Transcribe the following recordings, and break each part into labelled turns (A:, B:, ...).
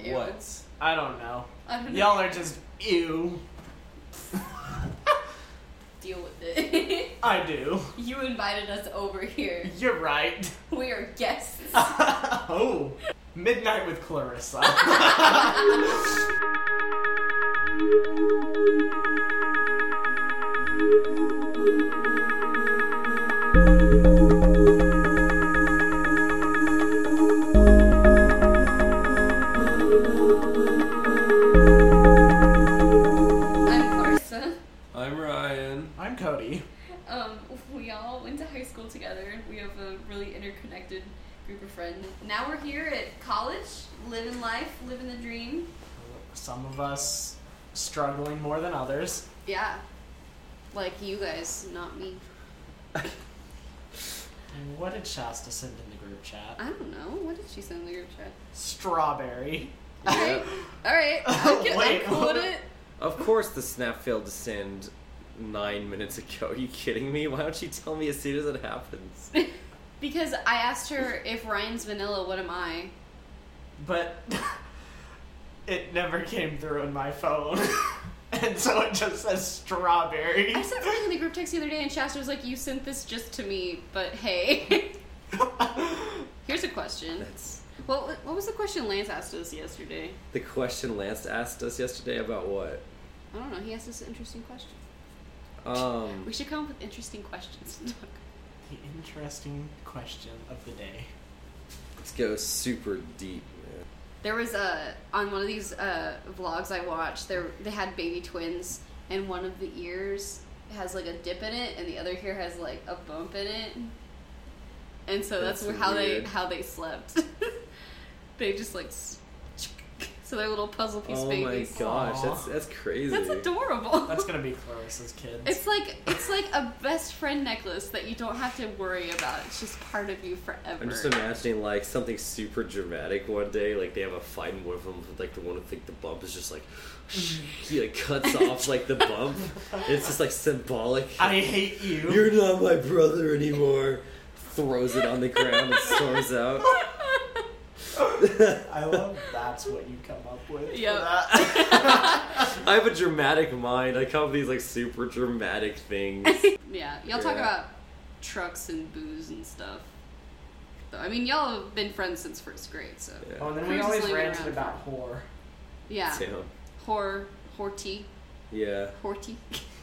A: Ew.
B: What? I don't know.
A: I don't know.
B: Y'all are just ew.
A: Deal with it.
B: I do.
A: you invited us over here.
B: You're right.
A: We are guests.
B: oh, midnight with Clarissa.
A: I'm Carson.
C: I'm Ryan.
B: I'm Cody.
A: Um, we all went to high school together. We have a really interconnected group of friends. Now we're here at college, living life, living the dream.
B: Some of us struggling more than others.
A: Yeah. Like you guys, not me.
B: What did Shasta send in the group chat?
A: I don't know. What did she send in the group chat?
B: Strawberry.
A: Alright.
C: Yep.
A: Alright. I'm, good- I'm
B: Wait,
A: cool with
B: what?
A: it.
C: Of course the snap failed to send nine minutes ago. Are you kidding me? Why don't you tell me as soon as it happens?
A: Because I asked her if Ryan's vanilla, what am I?
B: But it never came through in my phone. and so it just says strawberry.
A: I sent Ryan in the group text the other day and Shasta was like, You sent this just to me, but hey. Here's a question.
C: That's
A: What, wa- what was the question Lance asked us yesterday?
C: the question Lance asked us yesterday about what?
A: I don't know. He asked us an interesting question.
C: Um
A: We should come up with interesting questions to talk.
B: the interesting question of the day.
C: let's go super deep, man.
A: There was a on one of these uh, vlogs I watched. There they had baby twins, and one of the ears has like a dip in it, and the other ear has like a bump in it. And so that's,
C: That's
A: how
C: weird.
A: they how they slept. they just like s- so they're little puzzle piece
C: oh
A: babies.
C: my gosh,
B: Aw.
C: that's that's crazy.
A: That's adorable.
B: That's gonna be Clarissa's kids.
A: It's like it's like a best friend necklace that you don't have to worry about. It's just part of you forever.
C: I'm just imagining like something super dramatic one day, like they have a fight and one of them, like the one with like the bump is just like
A: Mm-hmm.
C: he like cuts off like the bump. It's just like symbolic.
B: I hate you.
C: You're not my brother anymore. Throws it on the ground and storms out.
B: I love that's what you come up with. for
A: Yeah.
B: that.
C: I have a dramatic mind. I come up with these like super dramatic things.
A: Yeah, y'all talk
C: Yeah.
A: about trucks and booze and stuff. Though, I mean, y'all have been friends since first grade, so
B: oh,
C: Yeah.
B: and then we
A: Cruises
B: always
A: leaving
B: ranted
A: around.
B: about whore.
A: yeah.
C: Damn.
A: Horror, horty,
C: Yeah.
A: horty,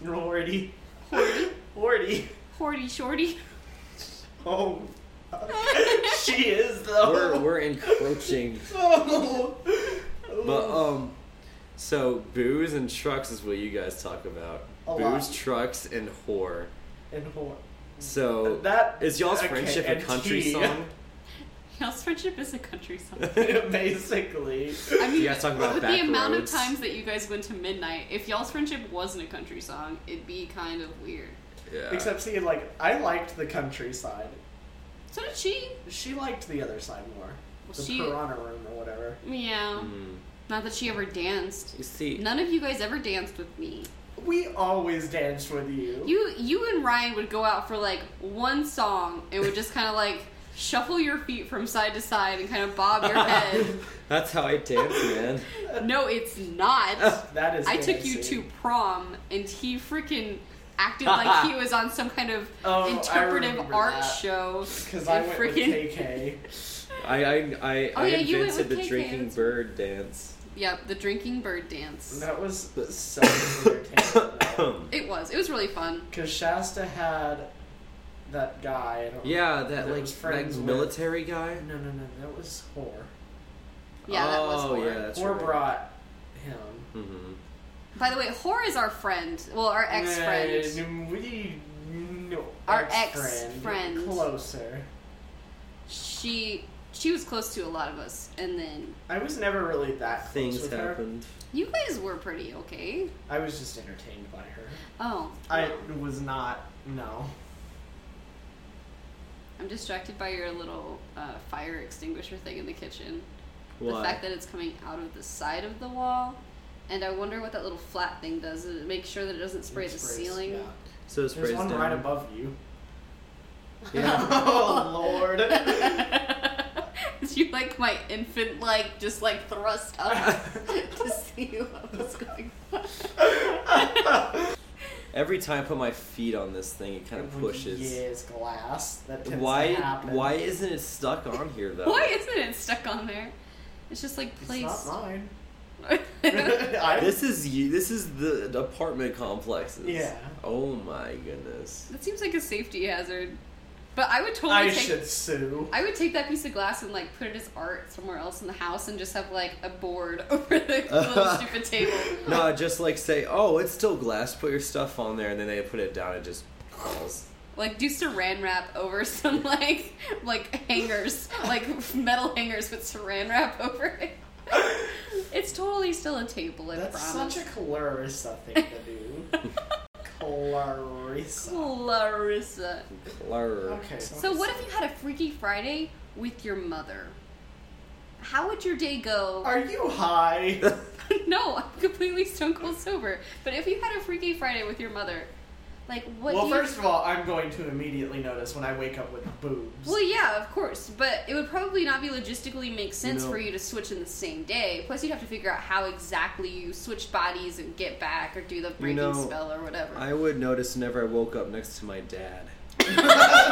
B: Lordy.
A: horty,
B: Lordy.
A: horty, shorty.
B: Oh. she is though.
C: We're we're encroaching.
B: Oh.
C: But
B: uh,
C: um so booze and trucks is what you guys talk about.
B: A
C: booze,
B: lot.
C: trucks, and whore.
B: and whore.
C: So
B: That
C: is y'all's
B: okay,
C: friendship a
B: and
C: country
B: tea.
C: song?
A: Y'all's friendship is a country song.
B: Basically.
A: I mean,
C: You guys talk about
A: with the
C: back
A: amount
C: roads.
A: of times that you guys went to midnight, if y'all's friendship wasn't a country song, it'd be kind of weird.
C: Yeah.
B: Except see, like I liked the country side.
A: So did she?
B: She liked the other side more.
A: Well,
B: The
A: she-
B: piranha room or whatever.
A: Yeah.
C: Mm.
A: Not that she ever danced.
C: You see
A: None of you guys ever danced with me.
B: We always danced with you.
A: You you and Ryan would go out for like one song and would just kind of like shuffle your feet from side to side and kind of bob your head.
C: that's how I dance, man.
A: no, it's not.
B: that is.
A: I took you
B: dancing.
A: to prom and he freaking acted like he was on some kind of
B: Oh, I
A: interpretive
B: remember
A: art
B: that.
A: show.
B: Because I
A: and
B: went
A: freaking-
B: with KK.
C: I I I,
A: Oh,
C: I
A: yeah, you went
C: invented
A: with
C: the
A: KK,
C: drinking
A: that's-
C: bird dance.
A: Yep, the drinking bird dance.
B: That was so entertaining.
A: It was. It was really fun.
B: Because Shasta had that guy. I don't
C: Yeah, that
B: That
C: like,
B: was friends
C: like
B: with-
C: military guy.
B: No, no, no. That was Whore.
A: Yeah, that was
C: Oh,
A: horror.
C: yeah, that's
B: Whore
C: right.
B: brought him.
C: hmm
A: By the way, Whore is our friend. Well, our ex friend.
B: And we. No.
A: Our ex-friend.
B: Closer.
A: She she was close to a lot of us, and then
B: I was never really that close
C: Things
B: with her.
C: happened.
A: you guys were pretty okay.
B: I was just entertained by her.
A: Oh,
B: I was not. No.
A: I'm distracted by your little uh, fire extinguisher thing in the kitchen. The
C: Why?
A: fact that it's coming out of the side of the wall, and I wonder what that little flat thing does. Does it make sure that it doesn't spray the
B: Sprays,
A: ceiling?
B: Yeah.
C: so
B: There's
C: it sprays
B: one
C: down.
B: right above you.
C: Yeah.
B: oh lord.
A: you like my infant like just like thrust up to see what was going on.
C: Every time I put my feet on this thing, it kind of pushes.
B: Yeah, it's glass. That tends
C: Why?
B: to happen.
C: Why isn't it stuck on here though?
A: Why isn't it stuck on there? It's just like
B: It's
A: placed.
B: not mine.
A: I
B: I,
C: This is you. This is the apartment complexes.
B: Yeah.
C: Oh my goodness.
A: That seems like a safety hazard. But I would totally
B: I
A: take
B: should sue.
A: I would take that piece of glass and like put it as art somewhere else in the house and just have like a board over the little stupid table.
C: No, just like say, oh, it's still glass. Put your stuff on there, and then they put it down. It just falls.
A: Like do saran wrap over some like like hangers, like metal hangers with saran wrap over it. It's totally still a table, I
B: That's
A: promise.
B: such a Clarissa thing to do. Clarissa.
A: Larissa.
C: Blur.
B: Okay.
A: So what if you had a Freaky Friday with your mother? How would your day go?
B: Are you high?
A: no, I'm completely stone cold sober. But if you had a Freaky Friday with your mother, like what?
B: well,
A: do you-
B: first of all, I'm going to immediately notice when I wake up with boobs.
A: Well, yeah, of course, but it would probably not be logistically make sense
C: No.
A: for you to switch in the same day. Plus, you'd have to figure out how exactly you switch bodies and get back or do the breaking
C: know,
A: spell or whatever.
C: I would notice whenever I woke up next to my dad.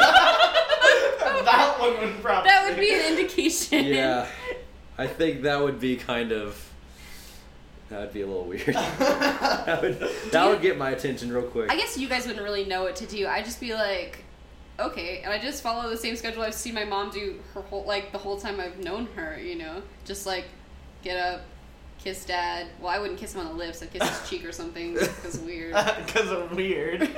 B: that one would probably.
A: that would be an indication.
C: Yeah. I think that would be kind of. That would be a little weird. that would that would get my attention real quick.
A: I guess you guys wouldn't really know what to do. I'd just be like, okay, and I just follow the same schedule I've seen my mom do her whole like the whole time I've known her. You know, just like get up, kiss dad. Well, I wouldn't kiss him on the lips. I'd kiss his cheek or something because weird.
B: Because of weird.
A: and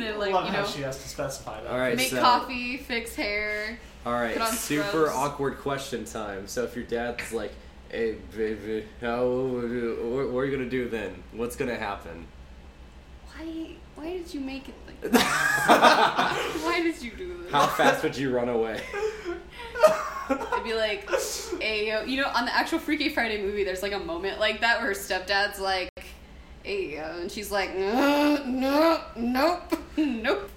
A: then like
B: Love
A: you
B: how
A: know,
B: she has to specify that.
C: All right,
A: make
C: so
A: coffee, fix hair.
C: all right,
A: put on
C: super
A: scrubs.
C: awkward question time. So if your dad's like, "Hey, baby, how what, what are you gonna do then? What's gonna happen?"
A: Why? Why did you make it like? That? why did you do this?
C: How fast would you run away?
A: I'd be like, Ayo. You know, on the actual Freaky Friday movie, there's like a moment like that where her stepdad's like, Ayo. And she's like, no, no, nope, nope.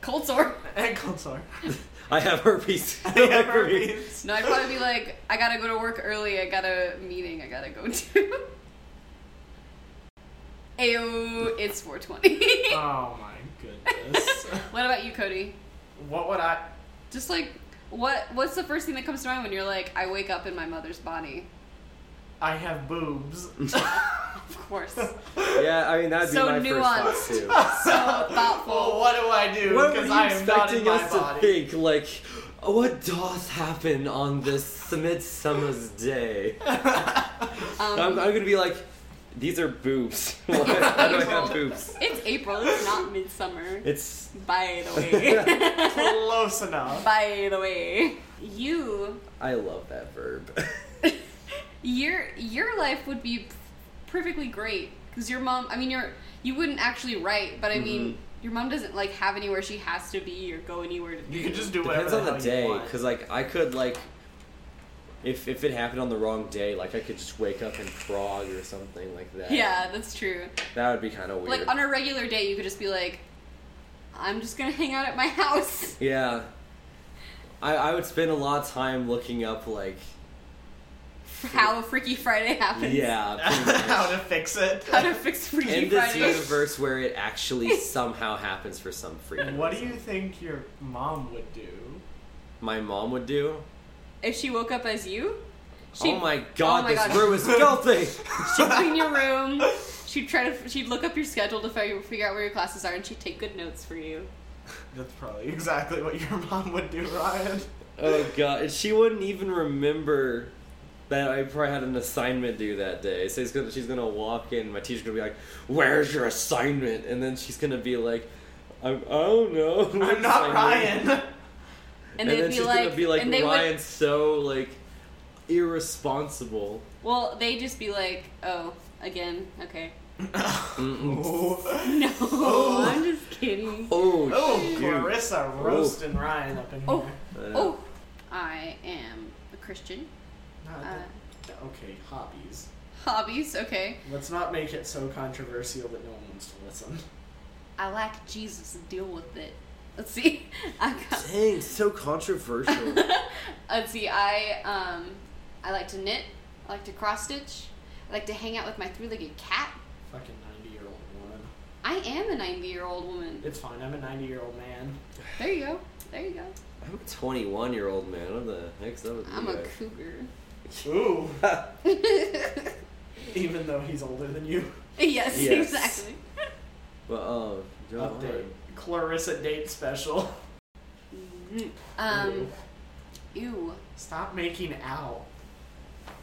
A: Cold sore.
B: Ankles are.
C: I have herpes.
B: Yeah, herpes.
A: No, I'd probably be like, I gotta go to work early. I got a meeting I gotta go to. Ayo, it's 420.
B: Oh my goodness.
A: what about you, Cody?
B: what would I?
A: Just like, what? what's the first thing that comes to mind when you're like, I wake up in my mother's body?
B: I have boobs.
A: Of course.
C: Yeah, I mean that'd be
A: So
C: my
A: nuanced.
C: first thought
A: So thoughtful.
B: Well, what do I do?
C: too. What were
B: Because I
C: you
B: am not in
C: expecting
B: my
C: us to
B: body.
C: think? Like, what doth happen on this midsummer's day?
A: Um,
C: I'm, I'm gonna be like, these are boobs. Why do I have boobs?
A: It's April. It's not midsummer.
C: It's
A: By the way.
B: Close enough.
A: By the way, you
C: I love that verb.
A: your your life would be perfectly great because your mom. I mean, your you wouldn't actually write, but I mean,
C: Mm-hmm.
A: your mom doesn't like have anywhere she has to be or go anywhere to be.
B: You can just do whatever
C: Depends on the
B: hell you
C: day,
B: want.
C: because like I could like, if if it happened on the wrong day, like I could just wake up in Prague or something like that.
A: Yeah, that's true.
C: That would be kind of weird.
A: Like on a regular day, you could just be like, I'm just gonna hang out at my house.
C: Yeah. I, I would spend a lot of time looking up like
A: How Freaky Friday happens.
C: yeah pretty
B: how
C: much.
B: to fix it.
A: How to fix Freaky
C: in this
A: Friday.
C: universe where it actually somehow happens for some freaking
B: What do
C: reason.
B: you think your mom would do?
C: my mom would do
A: If she woke up as you, she'd
C: oh my god
A: my
C: this
A: God.
C: room is filthy
A: she'd clean your room. She'd try to. She'd look up your schedule to figure, figure out where your classes are, and she'd take good notes for you.
B: That's probably exactly what your mom would do, Ryan.
C: oh god and she wouldn't even remember that I probably had an assignment due that day so it's gonna, she's gonna walk in my teacher's gonna be like where's your assignment and then she's gonna be like I'm, I don't know what
B: I'm not
C: assignment."
B: Ryan.
A: And,
C: and
A: they'd
C: then
A: be
C: she's
A: like,
C: gonna be like
A: and they
C: Ryan's
A: would.
C: so like irresponsible.
A: Well, they'd just be like, oh, again, okay.
B: Oh,
A: No, I'm just kidding. Oh.
C: Oh,
B: oh
C: shoot.
B: Clarissa roasting Ryan up in here.
A: Oh.
C: Uh,
A: I am a Christian.
B: Not
A: Uh,
B: that- okay, hobbies.
A: hobbies, okay.
B: Let's not make it so controversial that no one wants to listen.
A: I like Jesus. Deal with it. Let's see. I got.
C: Dang, so controversial.
A: Let's see. I um, I like to knit. I like to cross stitch. I like to hang out with my three-legged cat.
B: Fucking 90 year old woman.
A: I am a 90-year-old woman.
B: It's fine. I'm a 90 year old man.
A: There you go. There you go.
C: I'm a 21 year old man. What the heck's up with
A: I'm
C: you
A: a
C: guys?
A: cougar.
B: Ooh.
A: yes,
B: Even though he's older than you.
C: Yes.
A: exactly.
C: But um, John,
B: Update. Clarissa date special.
A: Um,
B: Ew.
A: ew.
B: Stop making out.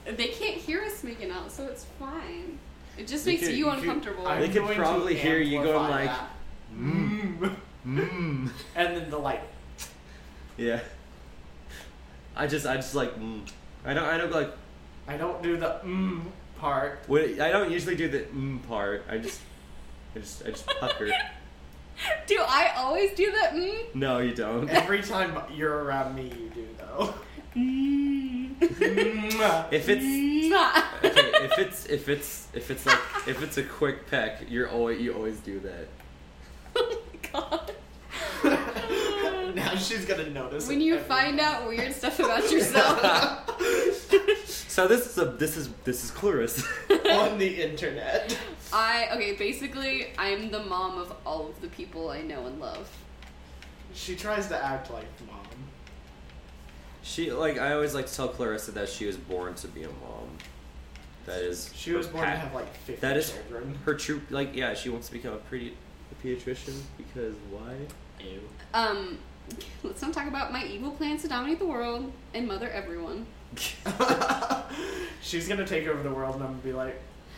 A: They can't hear us making out, so it's fine. It just
C: You
A: makes
C: could-
A: you
C: you could-
A: uncomfortable.
C: I- They could
B: going to
C: probably hear you going
B: amplify
C: like,
B: that.
C: "Mm."
B: Mm.
C: mmm.
B: And then the like,
C: Yeah. I just, I just like, mm. I don't, I don't like.
B: I don't do the mmm part.
C: When, I don't usually do the mm part. I just, I just, I just pucker.
A: do I always do that? Mm.
C: No, you don't.
B: Every time you're around me, you do though.
A: Mm.
B: Mwah.
C: If it's
A: Mwah.
C: okay, if it's if it's if it's like if it's a quick peck, you're always you always do that.
A: oh my god.
B: now she's gonna notice.
A: When
B: it
A: you
B: every
A: find
B: time.
A: out weird stuff about yourself.
C: So this is a this is this is Clarissa.
B: on the internet.
A: I okay, basically I'm the mom of all of the people I know and love.
B: She tries to act like mom.
C: she like I always like to tell Clarissa that she was born to be a mom. That is
B: She was
C: her
B: born to
C: pa-
B: have like 50
C: that is-
B: children.
C: her true like yeah she wants to become a pretty a pediatrician because why?
B: Ew.
A: Um let's not talk about my evil plans to dominate the world and mother everyone.
B: she's gonna take over the world and I'm gonna be like,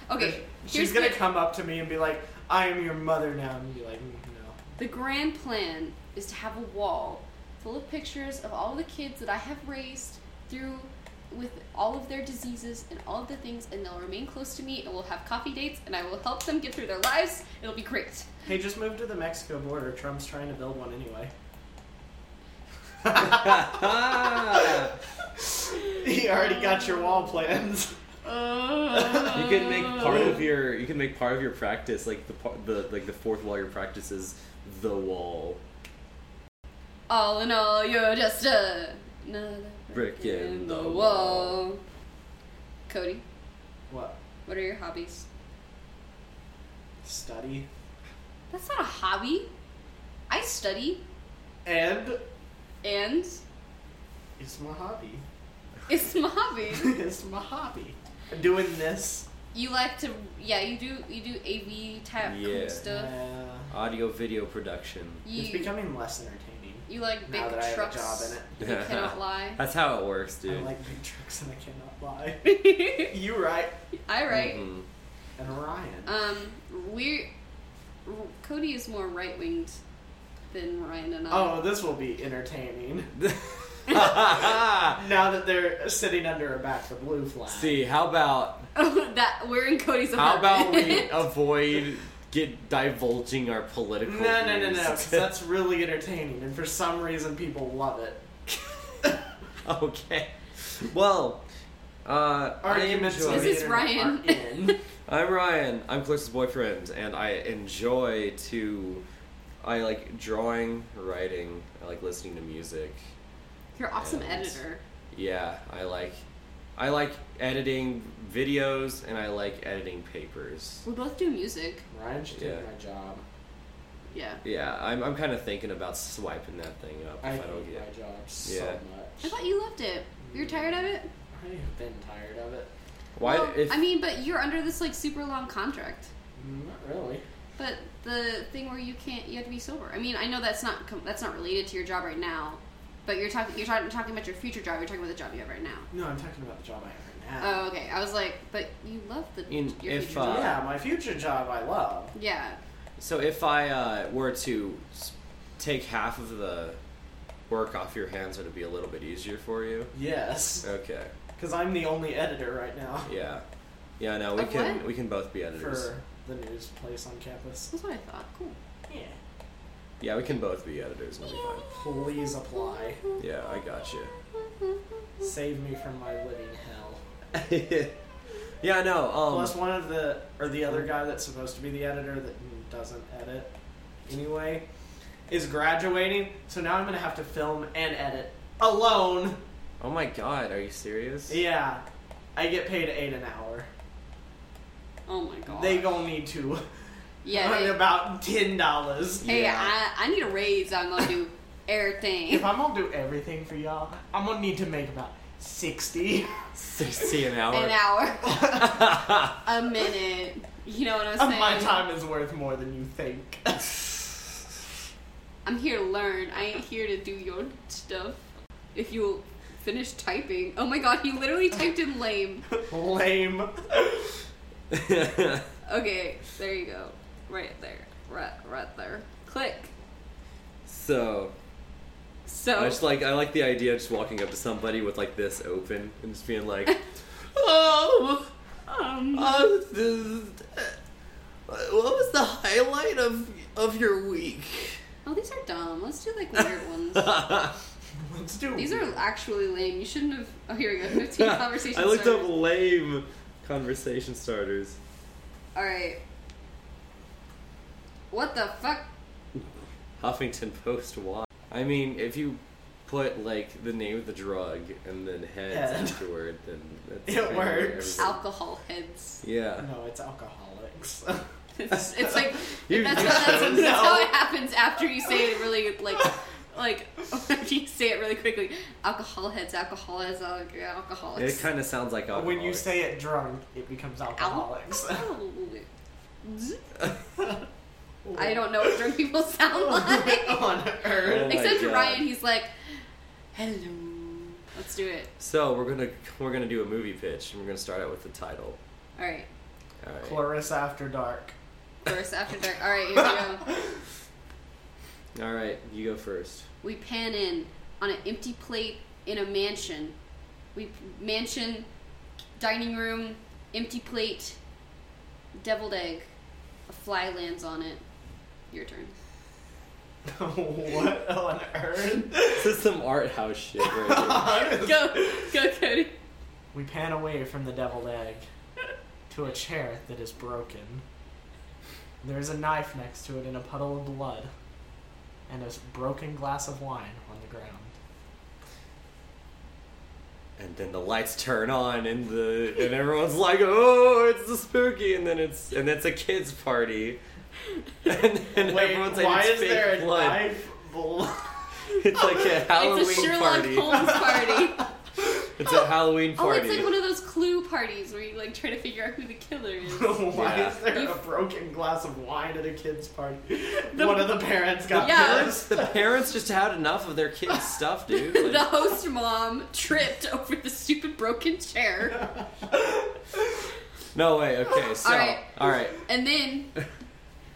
A: Okay.
B: she's
A: here's
B: gonna
A: the-
B: come up to me and be like, I am your mother now, and be like, "Mm, no.
A: The grand plan is to have a wall full of pictures of all the kids that I have raised through with all of their diseases and all of the things, and they'll remain close to me, and we'll have coffee dates, and I will help them get through their lives. It'll be great.
B: Hey, just move to the Mexico border. Trump's trying to build one anyway. he already got your wall plans.
C: you can make part
A: Oh.
C: of your you can make part of your practice like the par- the like the fourth wall of your practice is the wall.
A: All in all, you're just a another
C: Brick in the wall.
A: Cody,
B: What?
A: what are your hobbies?
B: Study.
A: That's not a hobby. I study,
B: And
A: and
B: it's my hobby.
A: it's my hobby.
B: it's my hobby. Doing this.
A: You like to, yeah. You do, you do AV type
C: Yeah.
A: cool stuff.
B: uh,
C: Audio video production.
B: it's
A: You,
B: becoming less entertaining
A: you like big
B: now that I have a
A: trucks.
B: job in it.
A: You cannot lie.
C: That's how it works,
B: I
C: dude.
B: like big trucks and I cannot lie. you right.
A: I right.
C: Mhm.
B: And Ryan.
A: Um, we're Cody is more right winged than Ryan and I.
B: oh, this will be entertaining. Now that they're sitting under a back the blue flag.
C: See, how about
B: Oh.
A: that we're in Cody's
C: how about we
A: apartment.
C: avoid get divulging our
B: No,
C: political?
B: no, no, no.
C: views?
B: 'cause That's really entertaining, and for some reason, people love it.
C: okay. Well, uh, I am
B: Arguments on
A: This
B: the
A: is
B: internet
A: Ryan.
B: are in.
C: I'm Ryan. I'm Clarissa's boyfriend, and I enjoy to. I like drawing, writing. I like listening to music.
B: Oh,
A: You're awesome
C: And-
A: editor.
C: Yeah, I like. I like editing videos, and I like editing papers.
A: We both do music.
B: Ryan should take
C: Yeah.
B: my job.
A: Yeah.
C: Yeah, I'm. I'm kind of thinking about swiping that thing up
B: I
C: if I,
B: hate
C: don't
B: my
C: get.
B: job
C: Yeah.
A: I
B: so much.
A: thought you loved it. You're tired of it.
B: I have been tired of it.
C: Why?
A: Well,
C: if
A: I mean, but you're under this like super long contract.
B: Not really.
A: But the thing where you can't, you have to be sober. I mean, I know that's not com- that's not related to your job right now, but you're talking you're talking talking about your future job. You're talking about the job you have right now.
B: No, I'm talking about the job I have right now.
A: Oh, okay. I was like, but you love the
C: In-
A: your
C: if,
A: future
C: uh,
A: job.
B: yeah, my future job I love.
A: Yeah.
C: so if I uh, were to s- take half of the work off your hands, would it be a little bit easier for you?
B: Yes,
C: Okay.
B: because I'm the only editor right now
C: Yeah. Yeah. No, we
A: Of
C: can.
A: what?
C: We can both be editors.
B: for the news place on campus.
A: That's what I thought. Cool.
B: Yeah.
C: Yeah, we can both be editors and it'll be fine.
B: Please apply.
C: Yeah, I got you.
B: Save me from my living hell.
C: yeah, no. Um,
B: Plus, one of the or the other guy that's supposed to be the editor that doesn't edit anyway is graduating, so now I'm gonna have to film and edit alone
C: Oh my god, are you serious?
B: Yeah, I get paid eight an hour.
A: Oh my god.
B: They gonna need to
A: Yeah.
B: earn
A: They,
B: about ten dollars.
A: hey,
C: Yeah.
A: I, I need a raise. I'm gonna do everything.
B: If I'm gonna do everything for y'all, I'm gonna need to make about sixty.
C: 60 an hour.
A: an hour, a minute. You know what I'm saying?
B: My time is worth more than you think.
A: I'm here to learn. I ain't here to do your stuff. If you'll finish typing. Oh my god, he literally typed in lame.
B: Lame.
A: Okay, there you go. Right there. Right, right there. Click.
C: so,
A: So.
C: I just like I like the idea of just walking up to somebody with like this open and just being like, "Oh,
A: um,
C: uh, this- uh, what was the highlight of of your week?"
A: oh, these are dumb. Let's do like weird ones.
B: Let's do.
A: These
B: it.
A: are actually lame. You shouldn't have. Oh, here we go. 15 conversations.
C: I looked
A: started.
C: up lame conversation starters.
A: Alright. What the fuck?
C: Huffington Post. Why? I mean, if you put like the name of the drug and then heads
B: Head.
C: afterward, then that's
B: It
C: kinda where
B: works.
C: everything-
A: Alcohol heads.
C: Yeah.
B: No, it's alcoholics.
A: It's, it's like.
C: You-
A: That's, what, that's,
B: No.
A: that's how it happens after you say it really like like you say it really quickly. Alcohol heads, alcohol heads, al- alcoholics.
C: It kind of sounds like alcohol.
B: when you say it drunk, it becomes alcoholics.
A: Alcoholics. I don't know what drunk people sound like.
B: on earth.
C: Oh my
A: Except for
C: God.
A: Ryan, he's like, "Hello, let's do it."
C: So we're gonna we're gonna do a movie pitch, and we're gonna start out with the title.
A: All right,
C: All right.
B: Clarissa after dark.
A: first after dark. All right, here we go.
C: All right, you go first.
A: We pan in on an empty plate in a mansion. We mansion, dining room, empty plate, deviled egg. A fly lands on it. Your turn.
B: what on earth?
C: This is some art house shit right
A: Go, go, Cody.
B: We pan away from the deviled egg to a chair that is broken. There's a knife next to it in a puddle of blood, and a s- broken glass of wine on the ground.
C: here. And then the lights turn on, and the and everyone's like, "Oh, it's the spooky!" And then it's and it's a kids' party. And then everyone's like,
B: why
C: "It's
B: is
C: fake
B: there a
C: blood."
B: knife? Blood?
C: It's like a Halloween
A: it's a Sherlock
C: party.
A: Holmes party.
C: It's a Halloween
A: Oh,
C: party.
A: it's like one of those clue parties where you like try to figure out who the killer is.
B: why
C: Yeah.
B: is there a broken glass of wine at a kid's party? One of the parents got
A: Yeah.
C: Parents-
B: pissed.
C: the parents just had enough of their kids' stuff, dude. Like,
A: the host mom tripped over the stupid broken chair,
C: No way. Okay, so all right,
A: Alright. and then,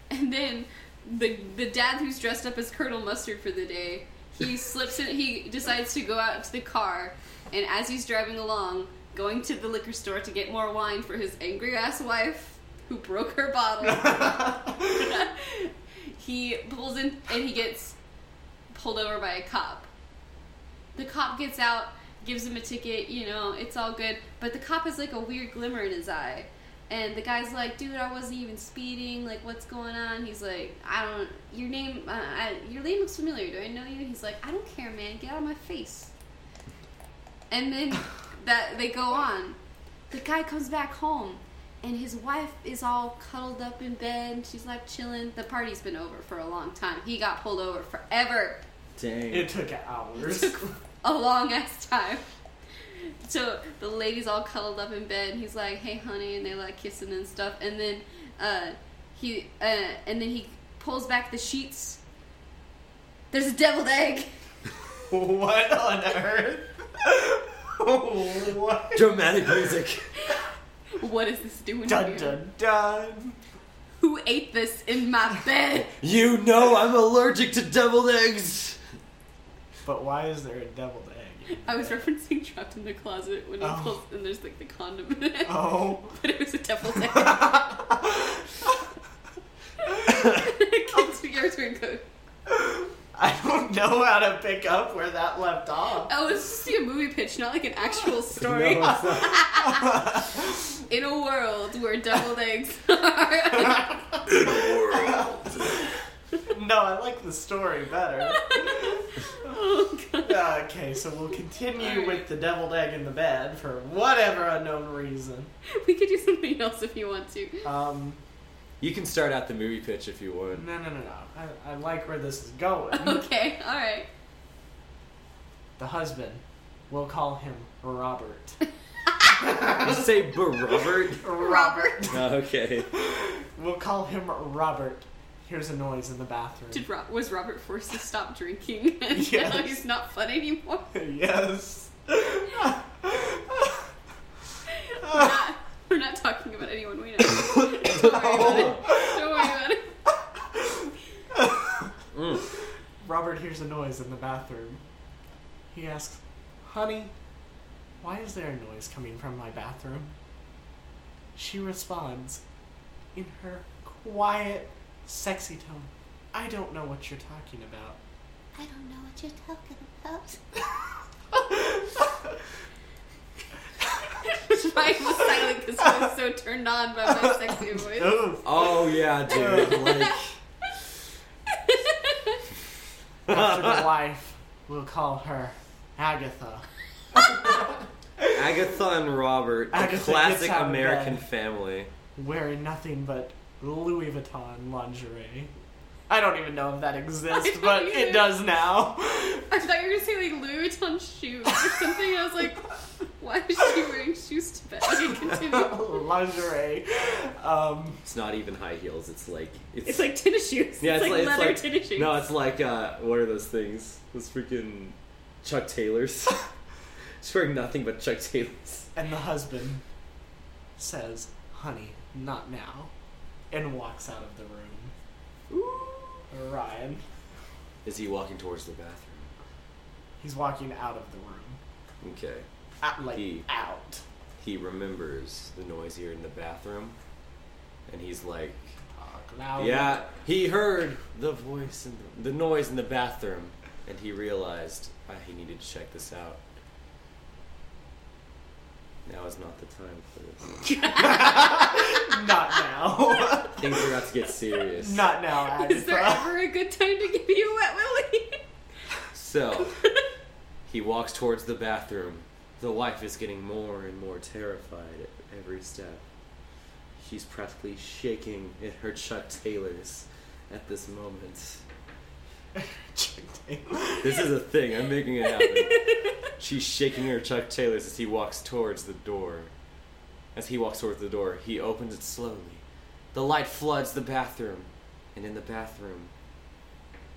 A: and then, the the dad who's dressed up as Colonel Mustard for the day, he slips in. He decides to go out to the car, and as he's driving along, going to the liquor store to get more wine for his angry ass wife who broke her bottle. he pulls in and he gets pulled over by a cop. The cop gets out, gives him a ticket, you know, it's all good. But the cop has like a weird glimmer in his eye. And the guy's like, dude, I wasn't even speeding. Like, what's going on? He's like, I don't, your name, uh, I, your name looks familiar. Do I know you? He's like, I don't care, man. Get out of my face. And then that they go on. The guy comes back home, and his wife is all cuddled up in bed. She's like chilling. The party's been over for a long time. He got pulled over forever,
C: Dang.
B: It took hours.
A: a long ass time. So the lady's all cuddled up in bed, and he's like, "Hey, honey," and they like kissing and stuff. And then uh, he uh, and then he pulls back the sheets. There's a deviled egg.
B: What on earth? what?
C: Dramatic music.
A: What is this doing
B: Dun
A: here?
B: dun dun.
A: Who ate this in my bed?
C: You know I'm allergic to deviled eggs.
B: But why is there a deviled egg?
A: I was referencing Trapped in the Closet when he
B: Oh.
A: pulls and there's like the condom in it.
B: Oh.
A: But it was a devil's egg. Kids, your turn, Code.
B: I don't know how to pick up where that left off.
A: Oh, it's supposed to be a movie pitch, not like an actual story.
C: No, it's not.
A: Oh, In a world where deviled eggs are.
B: No, I like the story better.
A: Oh, God.
B: Uh, Okay, so we'll continue
A: Alright.
B: with the deviled egg in the bed for whatever unknown reason.
A: We could do something else if you want to.
B: Um,
C: You can start out the movie pitch if you
B: no,
C: want.
B: no, no, no. I, I like where this is going.
A: Okay, alright.
B: the husband, we'll call him Robert.
C: You say Robert?
A: Robert.
C: okay.
B: We'll call him Robert. Here's a noise in the bathroom.
A: Did Rob- was Robert forced to stop drinking and now
B: Yes.
A: he's not fun anymore?
B: yes.
A: We're not, we're not talking about anyone we know. Don't worry about it. Don't worry about it.
C: Mm.
B: Robert hears a noise in the bathroom. He asks, Honey, why is there a noise coming from my bathroom? She responds in her quiet, sexy tone, I don't know what you're talking about.
A: I don't know what you're talking about. Ryan was silent because he was so turned on by my sexy voice.
B: Ooh.
C: Oh yeah, dude. Like
B: After the wife, we'll call her Agatha.
C: Agatha and Robert, the
B: Agatha gets
C: classic
B: out of
C: American
B: bed.
C: family.
B: wearing nothing but Louis Vuitton lingerie. I don't even know if that
A: I
B: exists,
A: don't
B: but
A: either.
B: it does now.
A: I thought you were going to say like Louis Vuitton shoes or something. I was like, why is she wearing shoes to bed? Okay, continue.
B: lingerie. Um,
C: It's not even high heels. It's like it's,
A: It's like tennis shoes.
C: yeah,
A: it's, like,
C: it's
A: leather tennis shoes.
C: No, it's like uh, what are those things? Those freaking Chuck Taylors. She's wearing nothing but Chuck Taylors.
B: and the husband says, "Honey, not now," and walks out of the room. Ryan,
C: Is he walking towards the bathroom?
B: he's walking out of the room,
C: Okay.
B: out, like
C: He-
B: out.
C: He remembers the noise here in the bathroom, and he's like,
B: Talk loud.
C: "Yeah, he heard the voice in the, the noise in the bathroom, and he realized ah, he needed to check this out." Now is not the time for this.
B: not now.
C: Things are about to get serious.
B: not now, Agatha.
A: Is there ever a good time to give you a wet willy?
C: So he walks towards the bathroom. The wife is getting more and more terrified at every step. She's practically shaking in her Chuck Taylors at this moment. This is a thing, I'm making it happen. She's shaking her Chuck Taylors as he walks towards the door. As he walks towards the door, he opens it slowly. The light floods the bathroom, and in the bathroom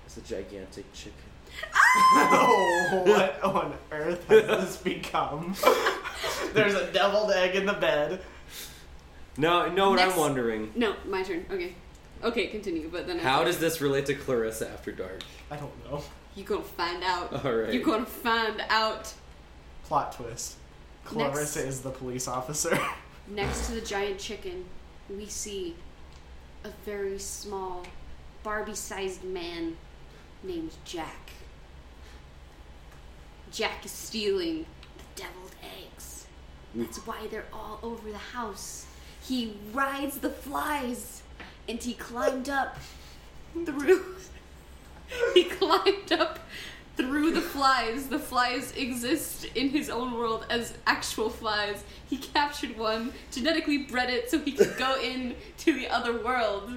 C: is a gigantic chicken.
B: Oh, what on earth has this become? There's a deviled egg in the bed.
C: No, no, what I'm
A: Next-
C: wondering.
A: No, my turn. Okay. Okay, continue, but then I-
C: How does this relate to Clarissa After Dark?
B: I don't know.
A: You gonna find out.
C: All right.
A: You gonna find out.
B: Plot twist. Clarissa
A: Next.
B: is the police officer.
A: Next to the giant chicken, we see a very small, Barbie sized man named Jack. Jack is stealing the deviled eggs. That's why they're all over the house. He rides the flies and he climbed up through. he climbed up through the flies. The flies exist in his own world as actual flies. He captured one, genetically bred it so he could go in to the other world.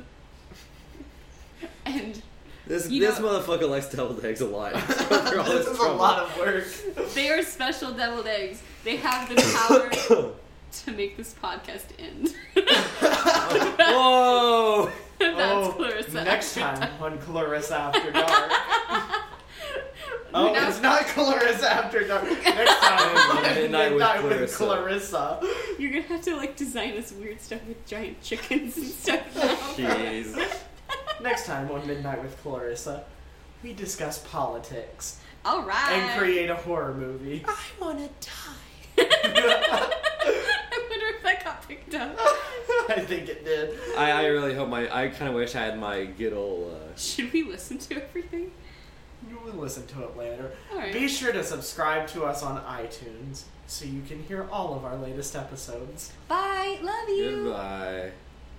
A: And
C: this
A: you
C: this
A: know-
C: motherfucker likes deviled eggs a lot. After all
B: this
C: this
B: is a
C: trouble.
B: lot of work.
A: they are special deviled eggs. They have the power to make this podcast end.
C: Whoa!
A: That's
B: oh,
A: Clarissa.
B: next
A: After Dark.
B: time on Clarissa After Dark. oh,
A: Now-
B: it's not Clarissa After Dark. Next time on
C: Midnight
B: Midnight,
C: with
B: with,
C: Clarissa.
B: Clarissa.
A: You're gonna have to like design us weird stuff with giant chickens and stuff. now.
C: Jeez.
B: Next time on Midnight with Clarissa, we discuss politics
A: All right.
B: and create a horror movie.
A: I wanna die. I wonder if that got picked up.
B: I think it did.
C: I, I really hope my. I kind of wish I had my good old. Uh,
A: Should we listen to everything?
B: You will listen to it later.
A: All right.
B: Be sure to subscribe to us on iTunes so you can hear all of our latest episodes.
A: Bye. Love you.
C: goodbye.